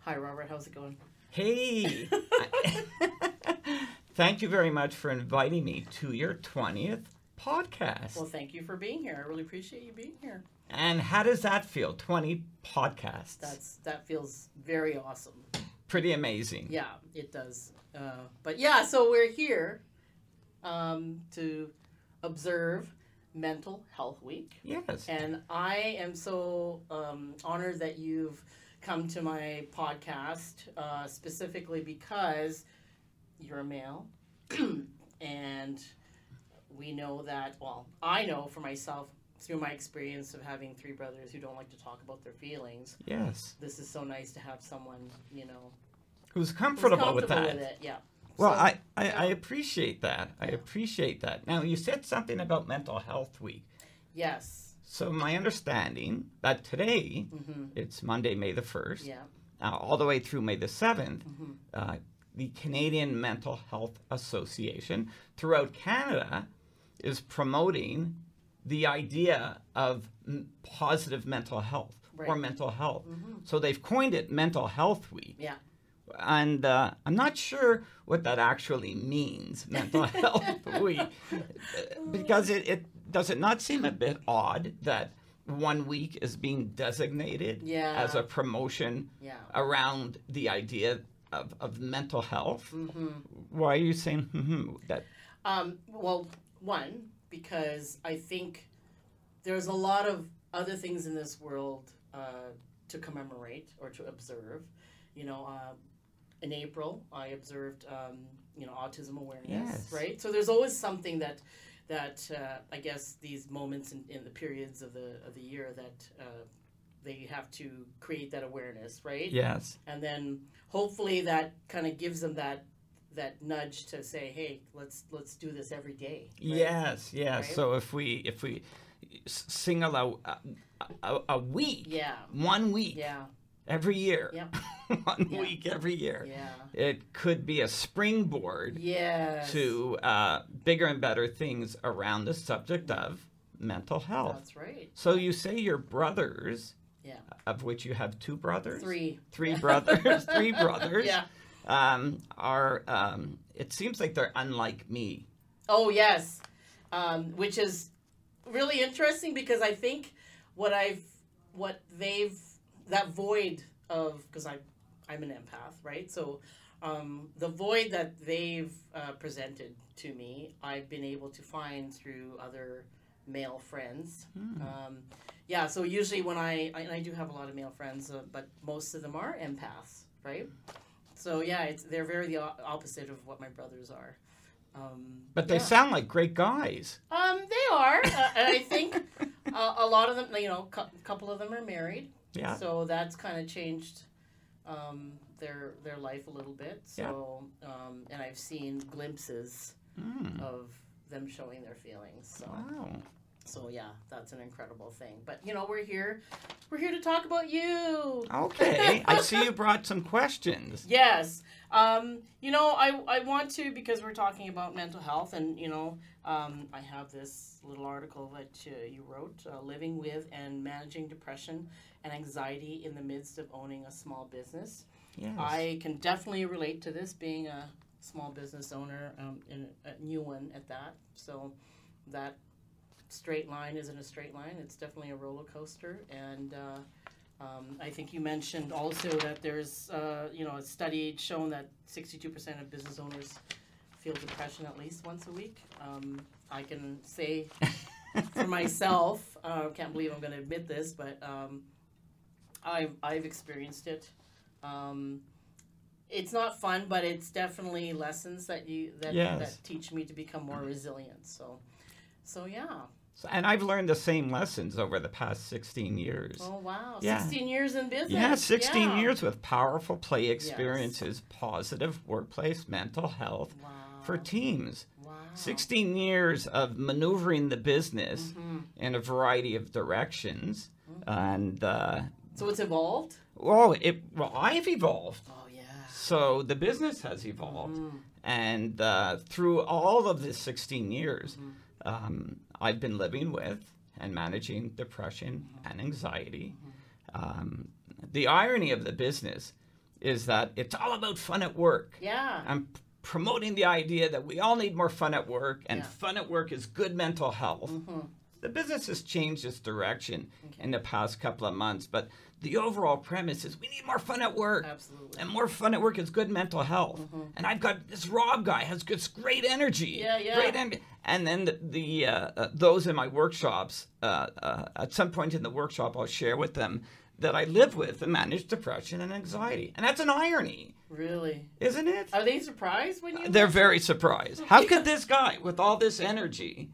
Hi, Robert. How's it going? Hey! I- Thank you very much for inviting me to your 20th podcast. Well, thank you for being here. I really appreciate you being here. and how does that feel? 20 podcasts. That's that feels very awesome. pretty amazing. Yeah, it does. Uh, but yeah, so we're here um, to observe Mental Health Week, Yes. and I am so um, honored that you've come to my podcast uh, specifically because you're a male, and we know that. Well, I know for myself through my experience of having three brothers who don't like to talk about their feelings. yes. This is so nice to have someone, you know, Who's was comfortable, with comfortable that? with it, yeah. Well, So- I, I, yeah. I appreciate that. I Yeah. appreciate that. Now, you said something about Mental Health Week. yes, So, my understanding that today, hmm it's Monday, May the 1st, yeah, uh, all the way through May the 7th, hmm uh, the Canadian Mental Health Association throughout Canada is promoting the idea of m- positive mental health or Right. mental health. Mhm. So they've coined it Mental Health Week. yeah. And uh, I'm not sure what that actually means, Mental Health Week, uh, because it, it does it not seem a bit odd that one week is being designated Yeah. as a promotion Yeah. around the idea of, of mental health. hmm Why are you saying hmm that? Um, well, one because I think there's a lot of other things in this world uh, to commemorate or to observe. You know, uh, in April I observed um, you know autism awareness, Yes. right? So there's always something that that uh, I guess these moments in, in the periods of the of the year that uh, they have to create that awareness, right? Yes, and then hopefully that kind of gives them that that nudge to say hey let's let's do this every day right? yes, yes. Right. So if we if we s- single out a, a, a week, yeah one week yeah every year, Yep. one Yeah. week every year, yeah it could be a springboard yes to uh, bigger and better things around the subject of mental health. that's right so you say your brothers, Yeah. of which you have two brothers, three three brothers, three brothers. yeah um, are um, it seems like they're unlike me. oh yes um, which is really interesting because i think what i've what they've that void of because i i'm an empath right so um, the void that they've uh, presented to me i've been able to find through other male friends Hmm. um, yeah so usually when I, I and i do have a lot of male friends uh, but most of them are empaths right so yeah it's they're very the o- opposite of what my brothers are um, But they yeah. sound like great guys. Um, they are, uh, and I think uh, a lot of them, you know, a couple of them are married, Yeah. so that's kind of changed um, their their life a little bit. So, um, and I've seen glimpses Mm. of them showing their feelings. So, Wow. so yeah, that's an incredible thing. But you know, we're here, we're here to talk about you. Okay. I see you brought some questions. Yes. Um, you know, I, I want to because we're talking about mental health, and you know, um, I have this little article that uh, you wrote, uh, living with and managing depression and anxiety in the midst of owning a small business. Yes. I can definitely relate to this, being a small business owner um, and a new one at that. So that straight line isn't a straight line. It's definitely a roller coaster. And uh, um, I think you mentioned also that there's, uh, you know, a study shown that 62% of business owners feel depression at least once a week. Um, I can say for myself, uh, can't believe I'm going to admit this, but um, I've, I've experienced it. Um, it's not fun, but it's definitely lessons that you that, Yes. that teach me to become more resilient. So, so yeah. So- and I've learned the same lessons over the past 16 years. Oh wow! Yeah. Sixteen years in business. yeah, 16 Yeah. years with powerful play experiences, positive workplace mental health Wow. for teams. wow. 16 years of maneuvering the business Mhm. in a variety of directions. Mm-hmm. And uh, So it's evolved. Well, it well I've evolved, Oh yeah. so the business has evolved, and uh, through all of the 16 years, um, I've been living with and managing depression and anxiety. Um, the irony of the business is that it's all about fun at work. Yeah. I'm p- promoting the idea that we all need more fun at work, and Yeah. fun at work is good mental health. Mhm. The business has changed its direction Okay. in the past couple of months, but the overall premise is we need more fun at work. Absolutely. And more fun at work is good mental health. And I've got this Rob guy has this great energy. Mm-hmm. Yeah, yeah. Great energy. And then the, the uh, uh, those in my workshops, uh, uh, at some point in the workshop, I'll share with them that I live with and manage depression and anxiety. And that's an irony, Really? isn't it? Are they surprised when you? They're very surprised. How could this guy, with all this energy,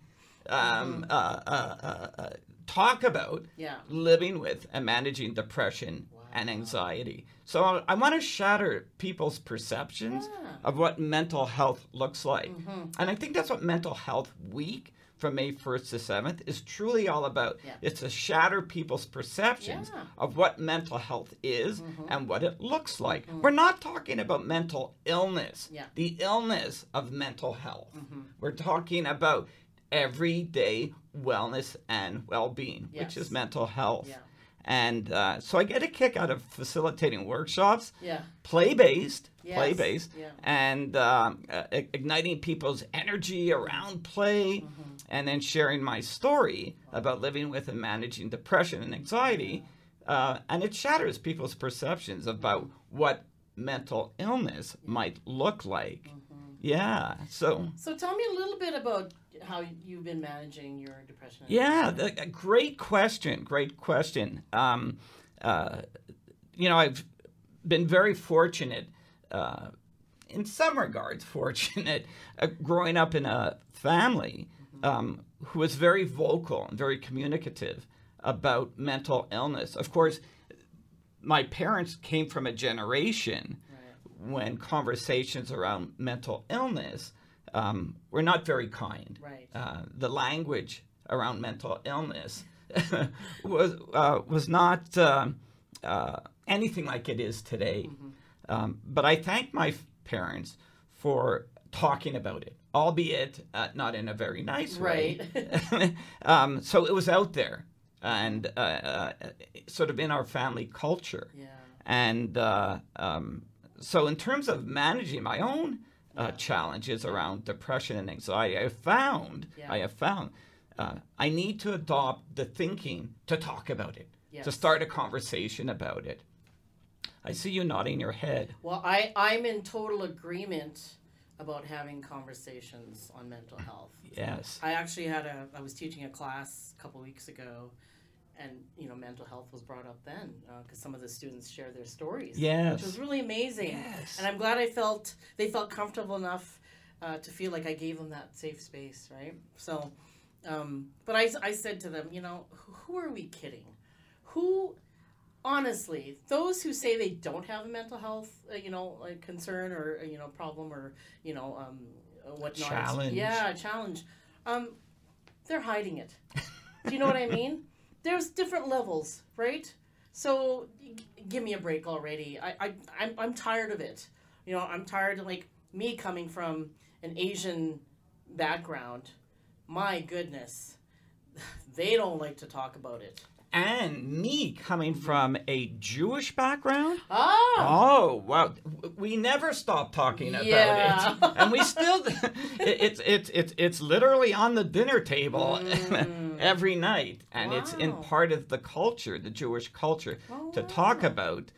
Mm-hmm. um, uh, uh, uh, uh, talk about Yeah. living with and managing depression and anxiety? So I, I want to shatter people's perceptions Yeah. Mm-hmm. of what mental health looks like. And I think that's what Mental Health Week from May 1st to 7th is truly all about. Yeah. It's to shatter people's perceptions Yeah. Mm-hmm. of what mental health is and what it looks like. We're not talking about mental illness, Yeah. Mm-hmm. the illness of mental health. We're talking about everyday wellness and well being, Yes. which is mental health. Yeah. And uh, so I get a kick out of facilitating workshops Yeah. play based, Yes, play based, yeah. and um, uh, ig- igniting people's energy around play, Mm-hmm. and then sharing my story about living with and managing depression and anxiety, uh, and it shatters people's perceptions about what mental illness might look like. Mm-hmm. Yeah, so. So tell me a little bit about how you've been managing your depression. Yeah, the, a great question. Great question. Um, uh, you know, I've been very fortunate, uh, in some regards, fortunate, uh, growing up in a family um, who was very vocal and very communicative about mental illness. Of course, my parents came from a generation when conversations around mental illness um, were not very kind Right. uh, the language around mental illness was uh, was not um uh, anything like it is today. Um, but I thank my f- parents for talking about it, albeit uh, not in a very nice way. um, so it was out there and uh, uh, sort of in our family culture. Yeah. And uh, um, so, in terms of managing my own uh, challenges around depression and anxiety, I have found, Yeah. I have found, uh, I need to adopt the thinking to talk about it, to Yes. start a conversation about it. I see you nodding your head. Well, I I'm in total agreement about having conversations on mental health. Yes. I actually had a I was teaching a class a couple weeks ago, and you know mental health was brought up then because some of the students share their stories. which was Yes. really amazing. Yes. And I'm glad I felt they felt comfortable enough uh, to feel like I gave them that safe space, right? So, um, but I, I said to them, you know, who, who are we kidding? Who, honestly, those who say they don't have a mental health, uh, you know, like concern or uh, you know problem or you know um, uh, whatnot. Challenge. Yeah, challenge. Um, they're hiding it. Do you know what I mean? There's different levels, right? So g- give me a break already. I, I I'm, I'm tired of it. You know, I'm tired of like me coming from an Asian background. My goodness, they don't like to talk about it. And me coming from a Jewish background, Ah, Oh wow! We never stop talking about Yeah. it, and we still. it- It's it's it's it's literally on the dinner table every night, and it's in Mm. Wow. part of the culture, the Jewish culture, Oh, to talk about.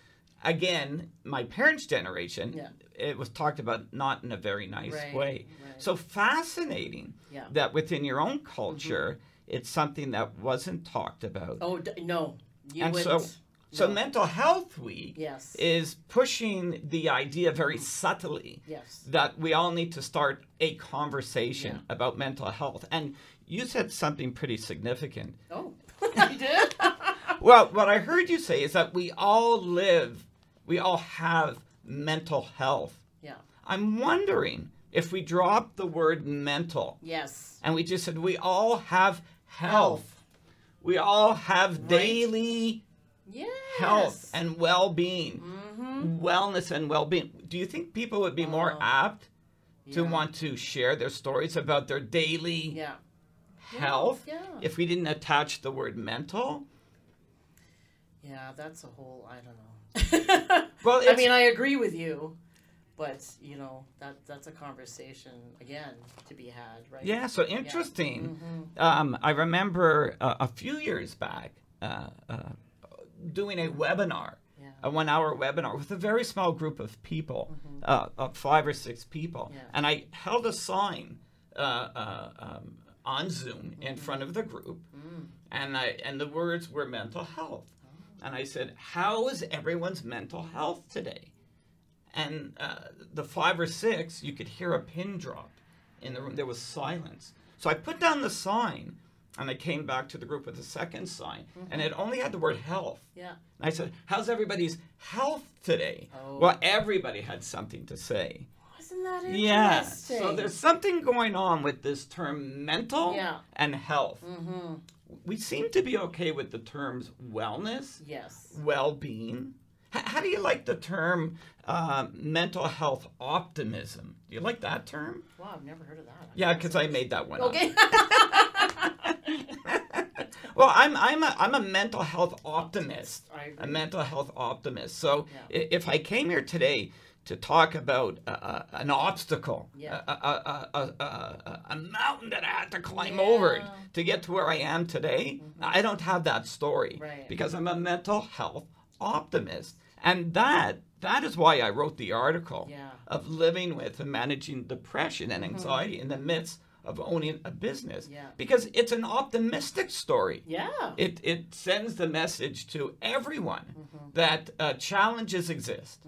Again, my parents' generation, Yeah. it was talked about not in a very nice Right, way. right. So fascinating Yeah. Mm-hmm. that within your own culture, it's something that wasn't talked about. oh d- no, you And would. so- not So no. Mental Health Week yes, is pushing the idea very subtly yes, that we all need to start a conversation about mental health. And you said something pretty significant. oh, I did. Well, what I heard you say is that we all live, we all have mental health. yeah, I'm wondering if we drop the word mental yes, and we just said we all have health. We all have daily yes. Mm-hmm. health and well-being wellness and well-being do you think people would be more Oh. apt to Yeah. want to share their stories about their daily yeah. health Yeah. if we didn't attach the word mental Yeah, that's a whole I don't know. Well, I it's- mean, I agree with you, but you know that that's a conversation again to be had, right? yeah, so interesting. Mhm. um, I remember uh, a few years back uh, uh, doing a webinar, Yeah. a one hour webinar with a very small group of people, uh, uh, five or six people. Mm-hmm. Yeah. And I held a sign uh, uh, um, on Zoom Mm-hmm. in front of the group, Mm. and, I, and the words were mental health. Oh. And I said, How is everyone's mental health today? And uh, the five or six, you could hear a pin drop in the room. There was silence. So I put down the sign and I came back to the group with a second sign, Mm-hmm. and it only had the word health. Yeah. And I said, How's everybody's health today? Oh. Well, everybody had something to say. Isn't that interesting? Yeah. So there's something going on with this term mental Yeah. and health. hmm We seem to be okay with the terms wellness Yes. well-being. H- how do you like the term uh, mental health optimism? Do you like that term? Wow, I've never heard of that. Yeah, because I made that one up. Okay. Well, I'm I'm a, I'm a mental health optimist. I agree. A mental health optimist. So Yeah. i- if I came here today to talk about uh, uh, an obstacle, Yeah. a, a, a, a, a, a- a mountain that I had to climb over Yeah. Mm-hmm. to get to where I am today, I don't have that story Right. because I'm a mental health optimist, and that that is why I wrote the article Yeah. Mm-hmm. of living with and managing depression and anxiety in the midst of owning a business Yeah. because it's an optimistic story. Yeah. It, it sends the message to everyone Mm-hmm. that uh, challenges exist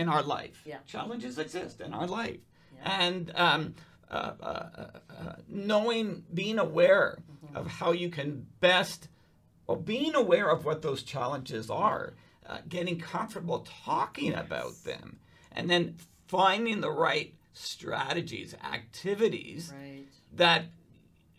in our life. Yeah. Challenges exist in our life. Yeah. And um, uh, uh, uh, uh, knowing, being aware Mm-hmm. of how you can best, well, being aware of what those challenges are, uh, getting comfortable talking about them, and then finding the right strategies, activities Right. that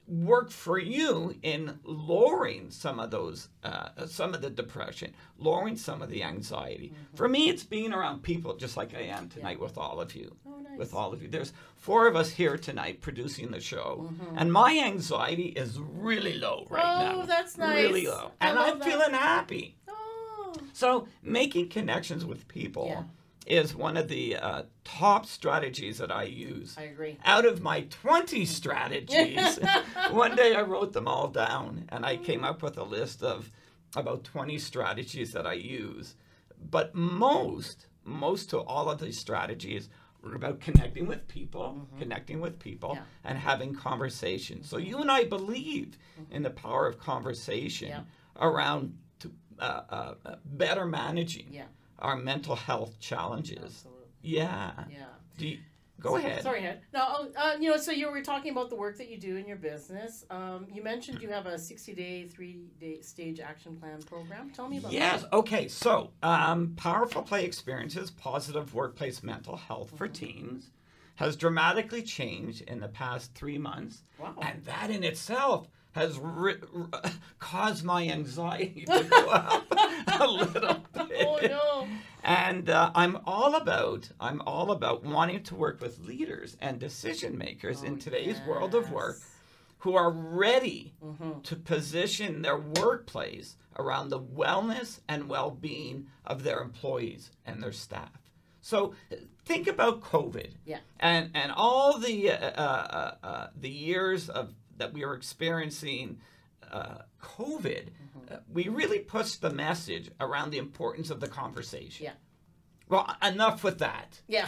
work for you in lowering some of those uh, some of the depression lowering some of the anxiety Mm-hmm. for me it's being around people just like i am tonight with all of you Oh, nice. with all of you there's four of us here tonight producing the show and my anxiety is really low right Mm-hmm. Oh, now that's really nice. low I and love i'm that. feeling happy Oh. so making connections with people Yeah. is one of the uh, top strategies that i use I agree. out of my 20 strategies, one day I wrote them all down and I came up with a list of about 20 strategies that I use. But most, most to all of these strategies were about connecting with people, connecting with people, Mm-hmm. Yeah. and having conversation. So you and I believe in the power of conversation Mm-hmm. Yeah. around to, uh, uh, uh, better managing Yeah. our mental health challenges. Absolutely. Yeah. Yeah. Do you, go So- ahead. Sorry, Ed. No, uh, you know, so you were talking about the work that you do in your business. Um, you mentioned you have a 60 day, three day stage action plan program. Tell me about Yes. that. Okay. So, um, powerful play experiences, positive workplace mental health for Mm-hmm. teens, has dramatically changed in the past three months, Wow. and that in itself has ri- r- caused my anxiety to go up a little bit. Oh, no. And uh, I'm all about I'm all about wanting to work with leaders and decision Oh, makers in today's world of work who are ready Mm-hmm. to position their workplace around the wellness and well being of their employees and their staff. So uh, think about COVID Yeah. and, and all the, uh, uh, uh, uh, the years of, that we were experiencing uh, COVID, Mm-hmm. uh, we really pushed the message around the importance of the conversation. Yeah. Well, enough with that Yeah.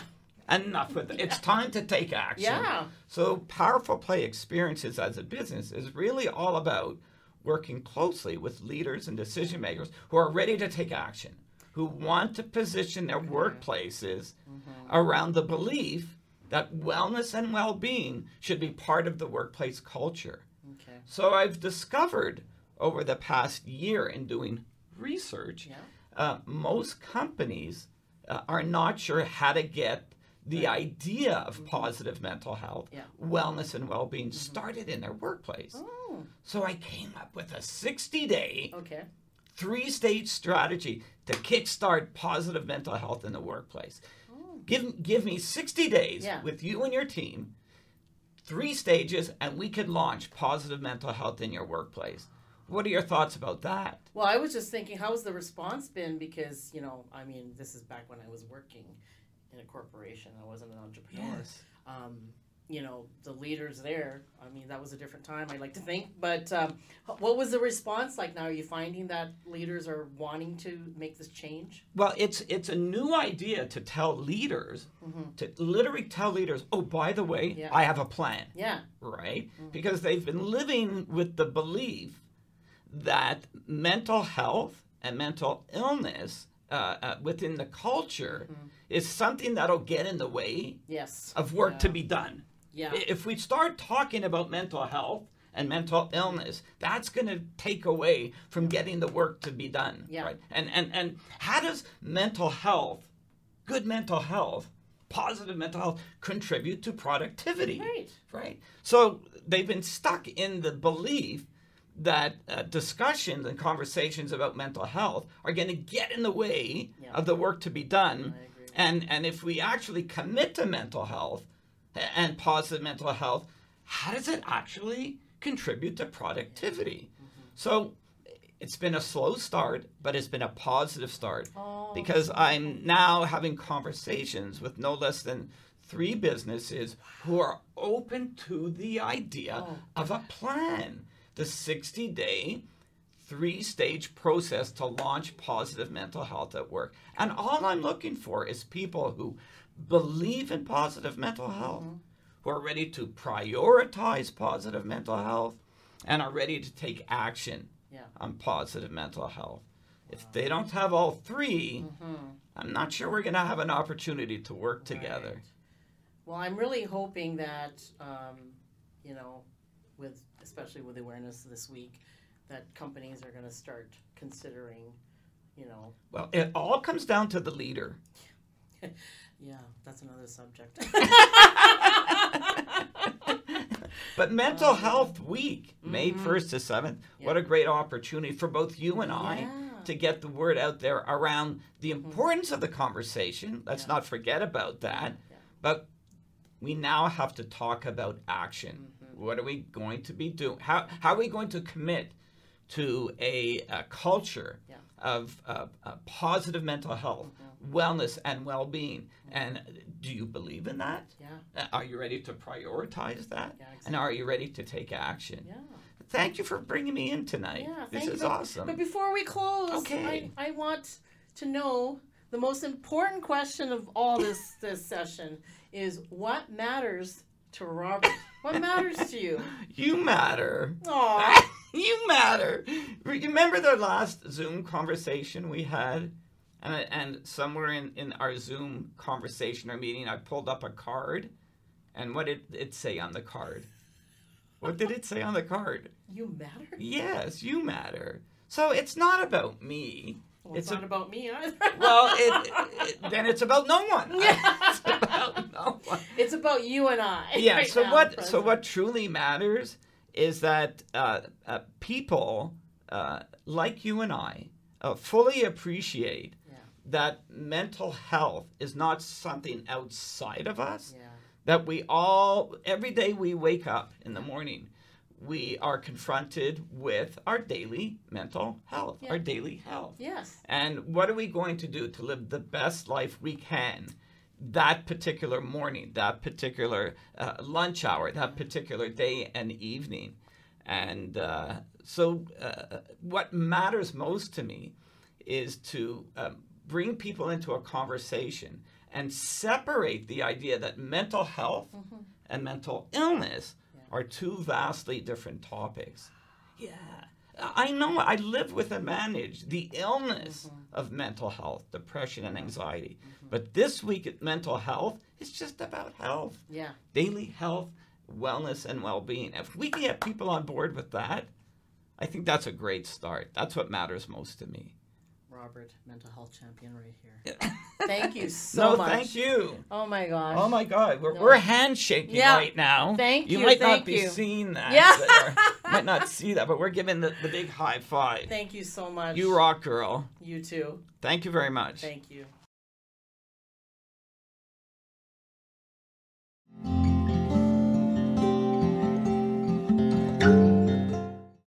enough with it. It's time to take action. Yeah. So powerful play experiences as a business is really all about working closely with leaders and decision makers who are ready to take action, who want to position their workplaces around the belief that wellness and well-being should be part of the workplace culture. Okay. So I've discovered over the past year in doing research, Yeah. uh, most companies uh, are not sure how to get the idea of positive mental health, Mm-hmm. Yeah. Mm-hmm. wellness, and well being started in their workplace. Oh, So I came up with a 60 day, okay. three stage strategy to kickstart positive mental health in the workplace. Give, give me 60 days Mm. Yeah. with you and your team, three stages, and we could launch positive mental health in your workplace. What are your thoughts about that? Well, I was just thinking, how's the response been? Because, you know, I mean, this is back when I was working in a corporation, I wasn't an entrepreneur. Um, you know, the leaders there, I mean, that was a different time, I'd like to think. But um, h- what was the response like now? Are you finding that leaders are wanting to make this change? Well, it's it's a new idea to tell leaders to literally tell leaders, "Oh, by the way, Mm-hmm. Yeah. I have a plan." Yeah. right? Mm-hmm. Because they've been living with the belief that mental health and mental illness uh, uh, within the culture Mm-hmm. is something that'll get in the way Yes. of work to be done. Yeah. I- If we start talking about mental health and mental illness, that's going to take away from getting the work to be done. Yeah. Right? And and and how does mental health, good mental health, positive mental health contribute to productivity? Right. Right. So they've been stuck in the belief that uh, discussions and conversations about mental health are going to get in the way Yeah. of the work to be done. I agree. And and if we actually commit to mental health a- and positive mental health, how does it actually contribute to productivity? Mm-hmm. So it's been a slow start, but it's been a positive start Oh, because I'm now having conversations with no less than three businesses who are open to the idea Oh. of a plan. The 60 day, three stage process to launch positive mental health at work. And all I'm looking for is people who believe in positive mental health, Mm-hmm. who are ready to prioritize positive mental health, and are ready to take action Yeah. on positive mental health. If they don't have all 3 mhm. I'm not sure we're going to have an opportunity to work together. Well, I'm really hoping that, um, you know, with especially with awareness this week, that companies are going to start considering, you know, Well, it all comes down to the leader. yeah, that's another subject. But Mental Health Week, May Mm-hmm. 1st to 7th, what a great opportunity for both you and I Yeah. Mm-hmm. to get the word out there around the importance of the conversation. Let's Yeah. not forget about that. Yeah. But we now have to talk about action. What are we going to be doing? How, how are we going to commit to a, a culture Yeah. Mm-hmm. of uh, uh, positive mental health, wellness, and well being? And do you believe in that? yeah, Uh, Are you ready to prioritize that? Mm-hmm. Yeah, And are you ready to take action? yeah, Thank you for bringing me in tonight. yeah. this thank is you. awesome. But before we close, Okay. I, I want to know the most important question of all this this session is what matters to Robert? what matters to you? you matter. Aw. you matter. Re- Remember the last Zoom conversation we had? And, I- and somewhere in, in our Zoom conversation or meeting, I pulled up a card. And what did it say on the card? What did it say on the card? You matter? Yes, you matter. So it's not about me. Well, it's, It's a- not about me either. Well, it, it- then it's about no one. it's about no one. it's about you and I. Yeah. right so now, what? So present. what truly matters is that uh, uh, people uh, like you and I uh, fully appreciate Yeah. that mental health is not something outside of us. Yeah. That we all every day we wake up in the morning. We are confronted with our daily mental health, Yeah. our daily health. Yes. And what are we going to do to live the best life we can that particular morning, that particular uh, lunch hour, that particular day and evening? And uh, so, uh, what matters most to me is to um, bring people into a conversation and separate the idea that mental health and mental illness are two vastly different topics. Yeah. I know. I live with and manage the illness of mental health, depression, and anxiety. But this week, at mental health is just about health, Yeah. daily health, wellness, and well being. If we can get people on board with that, I think that's a great start. That's what matters most to me. Robert, mental health champion right here. Thank you so no, much. thank you. Oh my gosh. Oh my God, we're, we're handshaking Yeah. right now. Thank you, You might thank not be you. seeing that. Yeah. but- or might not see that, but we're giving the, the big high five. Thank you so much. You rock, girl. You too. Thank you very much. Thank you.